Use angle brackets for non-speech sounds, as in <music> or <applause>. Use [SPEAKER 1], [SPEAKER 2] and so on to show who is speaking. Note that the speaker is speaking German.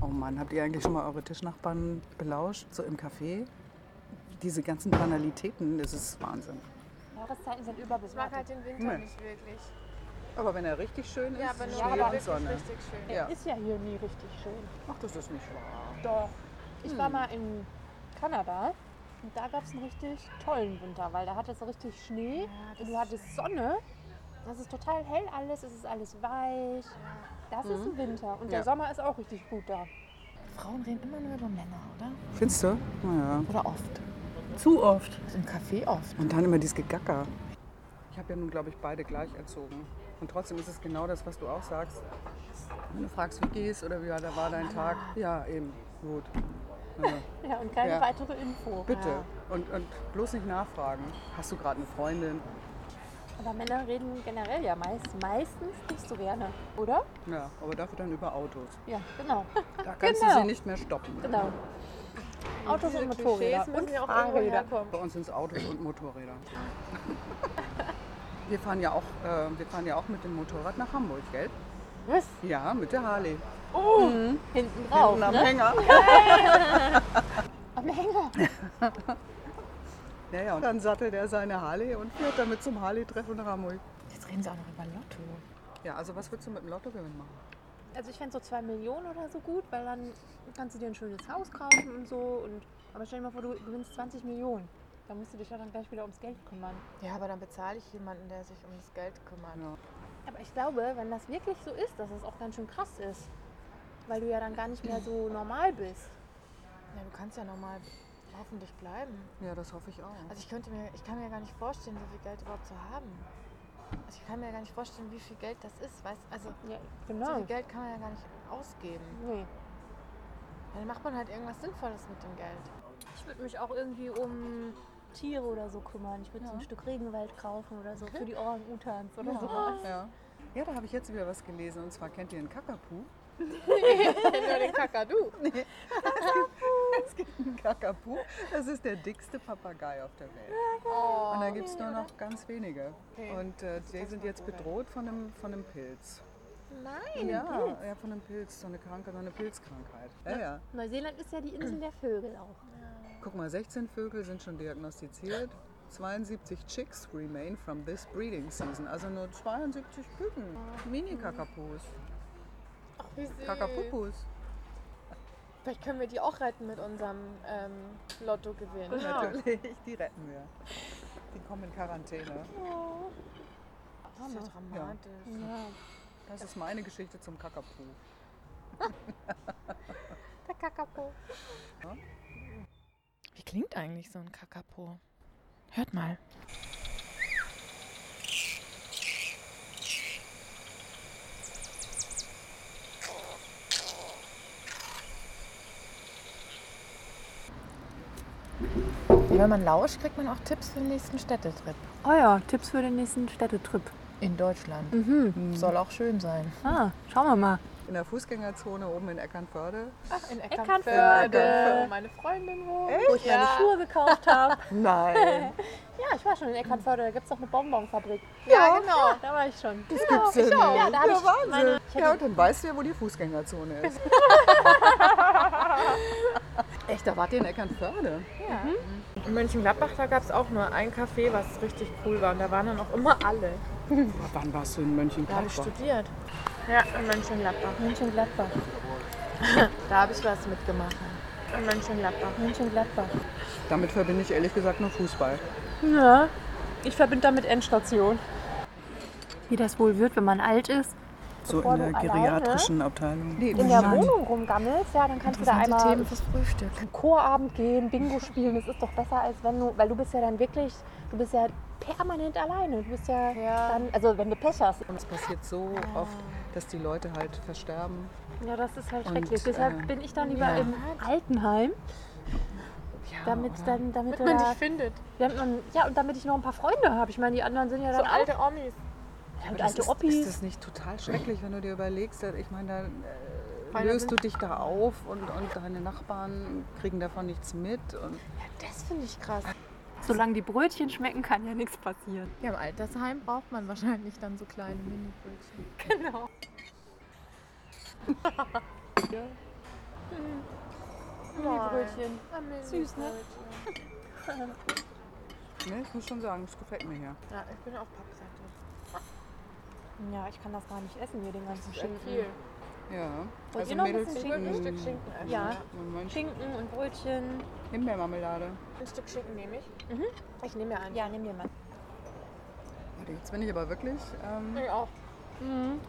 [SPEAKER 1] Oh Mann, habt ihr eigentlich schon mal eure Tischnachbarn belauscht, so im Café? Diese ganzen Banalitäten, das ist Wahnsinn.
[SPEAKER 2] Jahreszeiten sind
[SPEAKER 3] Ich mag
[SPEAKER 2] überbewertet.
[SPEAKER 3] halt den Winter
[SPEAKER 1] Nee.
[SPEAKER 3] nicht wirklich.
[SPEAKER 1] Aber wenn er richtig schön ist,
[SPEAKER 3] Ja, aber nur
[SPEAKER 1] Schnee
[SPEAKER 3] aber
[SPEAKER 1] und
[SPEAKER 3] wirklich
[SPEAKER 1] Sonne.
[SPEAKER 3] richtig schön.
[SPEAKER 1] Ja.
[SPEAKER 2] Ist ja hier nie richtig schön.
[SPEAKER 1] Ach, das ist nicht wahr.
[SPEAKER 2] Doch. Ich
[SPEAKER 1] Hm.
[SPEAKER 2] war mal in Kanada und da gab es einen richtig tollen Winter, weil da hattest du richtig Schnee und du hattest Sonne. Das ist total hell alles, es ist alles weich. Das ist ein Winter. Und der
[SPEAKER 1] Mhm. Ja.
[SPEAKER 2] Sommer ist auch richtig gut da.
[SPEAKER 4] Frauen reden immer nur über Männer, oder?
[SPEAKER 1] Findest du? Naja.
[SPEAKER 4] Oder oft.
[SPEAKER 1] Zu oft.
[SPEAKER 4] Also im Café oft.
[SPEAKER 1] Und dann immer dieses Gegacker. Ich habe ja nun, glaube ich, beide gleich erzogen. Und trotzdem ist es genau das, was du auch sagst. Wenn du fragst, wie geht's oder wie war, da war dein Tag? Ja, eben. Gut.
[SPEAKER 2] Ja, und keine
[SPEAKER 1] Ja.
[SPEAKER 2] weitere Info.
[SPEAKER 1] Bitte. Und, und bloß nicht nachfragen. Hast du gerade eine Freundin?
[SPEAKER 2] Aber Männer reden generell ja meist, meistens nicht so gerne, oder?
[SPEAKER 1] Ja, aber dafür dann über Autos.
[SPEAKER 2] Ja, genau.
[SPEAKER 1] Da kannst
[SPEAKER 2] Genau.
[SPEAKER 1] du sie nicht mehr stoppen.
[SPEAKER 2] genau. Autos
[SPEAKER 3] Diese
[SPEAKER 2] und Motorräder
[SPEAKER 3] Klischees müssen
[SPEAKER 2] und
[SPEAKER 3] ja auch irgendwo
[SPEAKER 2] Fahrräder.
[SPEAKER 3] herkommen.
[SPEAKER 1] Bei uns sind es Autos und Motorräder. <laughs> Wir fahren, ja auch, äh, wir fahren ja auch mit dem Motorrad nach Hamburg, gell?
[SPEAKER 2] Was?
[SPEAKER 1] Ja, mit der Harley.
[SPEAKER 2] Hinten drauf,
[SPEAKER 1] Hinten am
[SPEAKER 2] ne?
[SPEAKER 1] Hänger.
[SPEAKER 2] Am Hänger.
[SPEAKER 1] Ja, ja, und dann sattelt er seine Harley und fährt damit zum Harley-Treffen nach Hamburg.
[SPEAKER 4] Jetzt reden sie auch noch über Lotto.
[SPEAKER 1] Ja, also was würdest du mit dem Lottogewinn machen?
[SPEAKER 2] Also ich fände so zwei Millionen oder so gut, weil dann kannst du dir ein schönes Haus kaufen und so. Und, aber stell dir mal vor, du gewinnst 20 Millionen. Da musst du dich ja dann gleich wieder ums Geld kümmern.
[SPEAKER 4] Ja, aber dann bezahle ich jemanden, der sich um das Geld kümmert.
[SPEAKER 1] Ja.
[SPEAKER 2] Aber ich glaube, wenn das wirklich so ist, dass es auch ganz schön krass ist. Weil du ja dann gar nicht mehr so normal bist.
[SPEAKER 4] Ja, du kannst ja nochmal hoffentlich bleiben.
[SPEAKER 1] Ja, das hoffe ich auch.
[SPEAKER 4] Also ich könnte mir, ich kann mir gar nicht vorstellen, so viel Geld überhaupt zu haben. Also ich kann mir gar nicht vorstellen, wie viel Geld das ist. Weißt? Also
[SPEAKER 2] Ja,
[SPEAKER 4] so
[SPEAKER 2] genau.
[SPEAKER 4] viel Geld kann man ja gar nicht ausgeben.
[SPEAKER 2] Nee.
[SPEAKER 4] Dann macht man halt irgendwas Sinnvolles mit dem Geld.
[SPEAKER 2] Ich würde mich auch irgendwie um Tiere oder so kümmern. Ich würde so ein Stück Regenwald kaufen oder so für die Orang-Utans oder so.
[SPEAKER 1] Ja, ja da habe ich jetzt wieder was gelesen. Und zwar kennt ihr einen Kakapu?
[SPEAKER 4] <laughs> Nur
[SPEAKER 1] <laughs>
[SPEAKER 4] den Kakadu.
[SPEAKER 1] Es gibt einen Kakapu. Das ist der dickste Papagei auf der Welt.
[SPEAKER 4] Oh,
[SPEAKER 1] Und da gibt es nur noch ganz wenige. Und äh, die sind jetzt bedroht von einem, von einem Pilz. Nein, ja, ja, von einem Pilz, so eine Krankheit, so eine Pilzkrankheit. Ja, ja.
[SPEAKER 2] Neuseeland ist ja die Insel der Vögel auch.
[SPEAKER 1] Guck mal, 16 Vögel sind schon diagnostiziert. 72 Chicks remain from this breeding season. Also nur 72 Küken. Mini-Kakapus. Kakapupus.
[SPEAKER 4] Vielleicht können wir die auch retten mit unserem ähm, Lotto gewinnen.
[SPEAKER 1] Natürlich, die retten wir. Die kommen in Quarantäne.
[SPEAKER 2] Oh.
[SPEAKER 4] Das ist ja dramatisch.
[SPEAKER 1] Das ist meine Geschichte zum Kakapu.
[SPEAKER 2] Der Kakapo.
[SPEAKER 4] Wie klingt eigentlich so ein Kakapo? Hört mal. Ja, wenn man lauscht, kriegt man auch Tipps für den nächsten Städtetrip.
[SPEAKER 2] Oh ja, Tipps für den nächsten Städtetrip.
[SPEAKER 4] In Deutschland. Soll auch schön sein.
[SPEAKER 2] Ah, schauen wir mal.
[SPEAKER 1] In der Fußgängerzone oben in Eckernförde.
[SPEAKER 4] In
[SPEAKER 2] Eckernförde. Eckernförde,
[SPEAKER 4] wo meine Freundin wohnt.
[SPEAKER 2] Wo ich meine Schuhe <laughs> gekauft habe.
[SPEAKER 1] <laughs> Nein.
[SPEAKER 2] ja, ich war schon in Eckernförde, da gibt es doch eine Bonbonfabrik.
[SPEAKER 4] Ja, genau.
[SPEAKER 2] Da war ich schon.
[SPEAKER 1] Das gibt's ja nicht.
[SPEAKER 2] Ja, da habe ich meine... Ich
[SPEAKER 1] Ja,
[SPEAKER 2] hätte,
[SPEAKER 1] und dann weißt du ja, wo die Fußgängerzone ist. Echt, da wart ihr in Eckernförde?
[SPEAKER 4] In Mönchengladbach, da gab es auch nur ein Café, was richtig cool war. Und da waren dann auch immer alle.
[SPEAKER 1] Wann warst du in
[SPEAKER 4] Da habe ich
[SPEAKER 1] Mönchengladbach?
[SPEAKER 4] studiert. Ja, in Mönchengladbach.
[SPEAKER 2] Mönchengladbach,
[SPEAKER 4] Da habe ich was mitgemacht. In Mönchengladbach.
[SPEAKER 2] Mönchengladbach.
[SPEAKER 1] Damit verbinde ich ehrlich gesagt nur Fußball.
[SPEAKER 2] Ja, ich verbinde damit Endstation. Wie das wohl wird, wenn man alt ist.
[SPEAKER 5] So
[SPEAKER 2] Bevor
[SPEAKER 5] in der
[SPEAKER 2] du alleine-
[SPEAKER 5] geriatrischen Abteilung.
[SPEAKER 2] In der Wohnung rumgammelst, ja, dann kannst du da einmal
[SPEAKER 4] fürs Frühstück.
[SPEAKER 2] zum Chorabend gehen, Bingo spielen. Das ist doch besser, als wenn du, weil du bist ja dann wirklich, du bist ja permanent alleine. Du bist ja,
[SPEAKER 4] Ja.
[SPEAKER 2] dann, also wenn du Pech hast.
[SPEAKER 1] Und es passiert so oft, dass die Leute halt versterben.
[SPEAKER 2] Ja, das ist halt
[SPEAKER 1] Und,
[SPEAKER 2] schrecklich. Deshalb
[SPEAKER 1] äh,
[SPEAKER 2] bin ich dann lieber im Altenheim. damit dann, damit,
[SPEAKER 4] Man
[SPEAKER 2] da,
[SPEAKER 4] dich findet.
[SPEAKER 2] damit man, ja, und damit ich noch ein paar Freunde habe. Ich meine, die anderen sind ja dann
[SPEAKER 4] So
[SPEAKER 2] auch
[SPEAKER 4] alte Omis.
[SPEAKER 2] halt
[SPEAKER 1] Das
[SPEAKER 2] alte
[SPEAKER 1] ist,
[SPEAKER 2] Oppis.
[SPEAKER 1] ist das nicht total schrecklich, wenn du dir überlegst, dass- ich meine, dann äh,
[SPEAKER 4] Weil da
[SPEAKER 1] löst du
[SPEAKER 4] sind-
[SPEAKER 1] dich da auf und, und deine Nachbarn kriegen davon nichts mit. Und
[SPEAKER 4] Das finde ich krass.
[SPEAKER 2] Solange die Brötchen schmecken, kann ja nichts passieren.
[SPEAKER 4] Ja, im Altersheim braucht man wahrscheinlich dann so kleine <laughs> Genau. Mini-Brötchen.
[SPEAKER 2] Mini-Brötchen. Süß,
[SPEAKER 4] Süß,
[SPEAKER 2] ne?
[SPEAKER 4] ne?
[SPEAKER 1] Ne, ich muss schon sagen, es gefällt mir hier.
[SPEAKER 4] Ja, ich bin auch Pappsack.
[SPEAKER 2] Ja, ich kann das gar nicht essen hier, den ganzen Schinken.
[SPEAKER 4] Viel.
[SPEAKER 1] Ja. Also
[SPEAKER 2] Wollt ihr noch ein bisschen
[SPEAKER 4] Ich würde ein Stück Schinken essen.
[SPEAKER 2] Ja,
[SPEAKER 1] Moment,
[SPEAKER 2] Schinken und Brötchen.
[SPEAKER 1] Himbeermarmelade.
[SPEAKER 4] Ein Stück Schinken nehme ich.
[SPEAKER 2] Mhm.
[SPEAKER 4] Ich nehme mir einen.
[SPEAKER 2] Ja, nimm dir mal.
[SPEAKER 1] Warte, jetzt bin ich aber wirklich. Ähm,
[SPEAKER 4] Ich auch.
[SPEAKER 2] Mhm.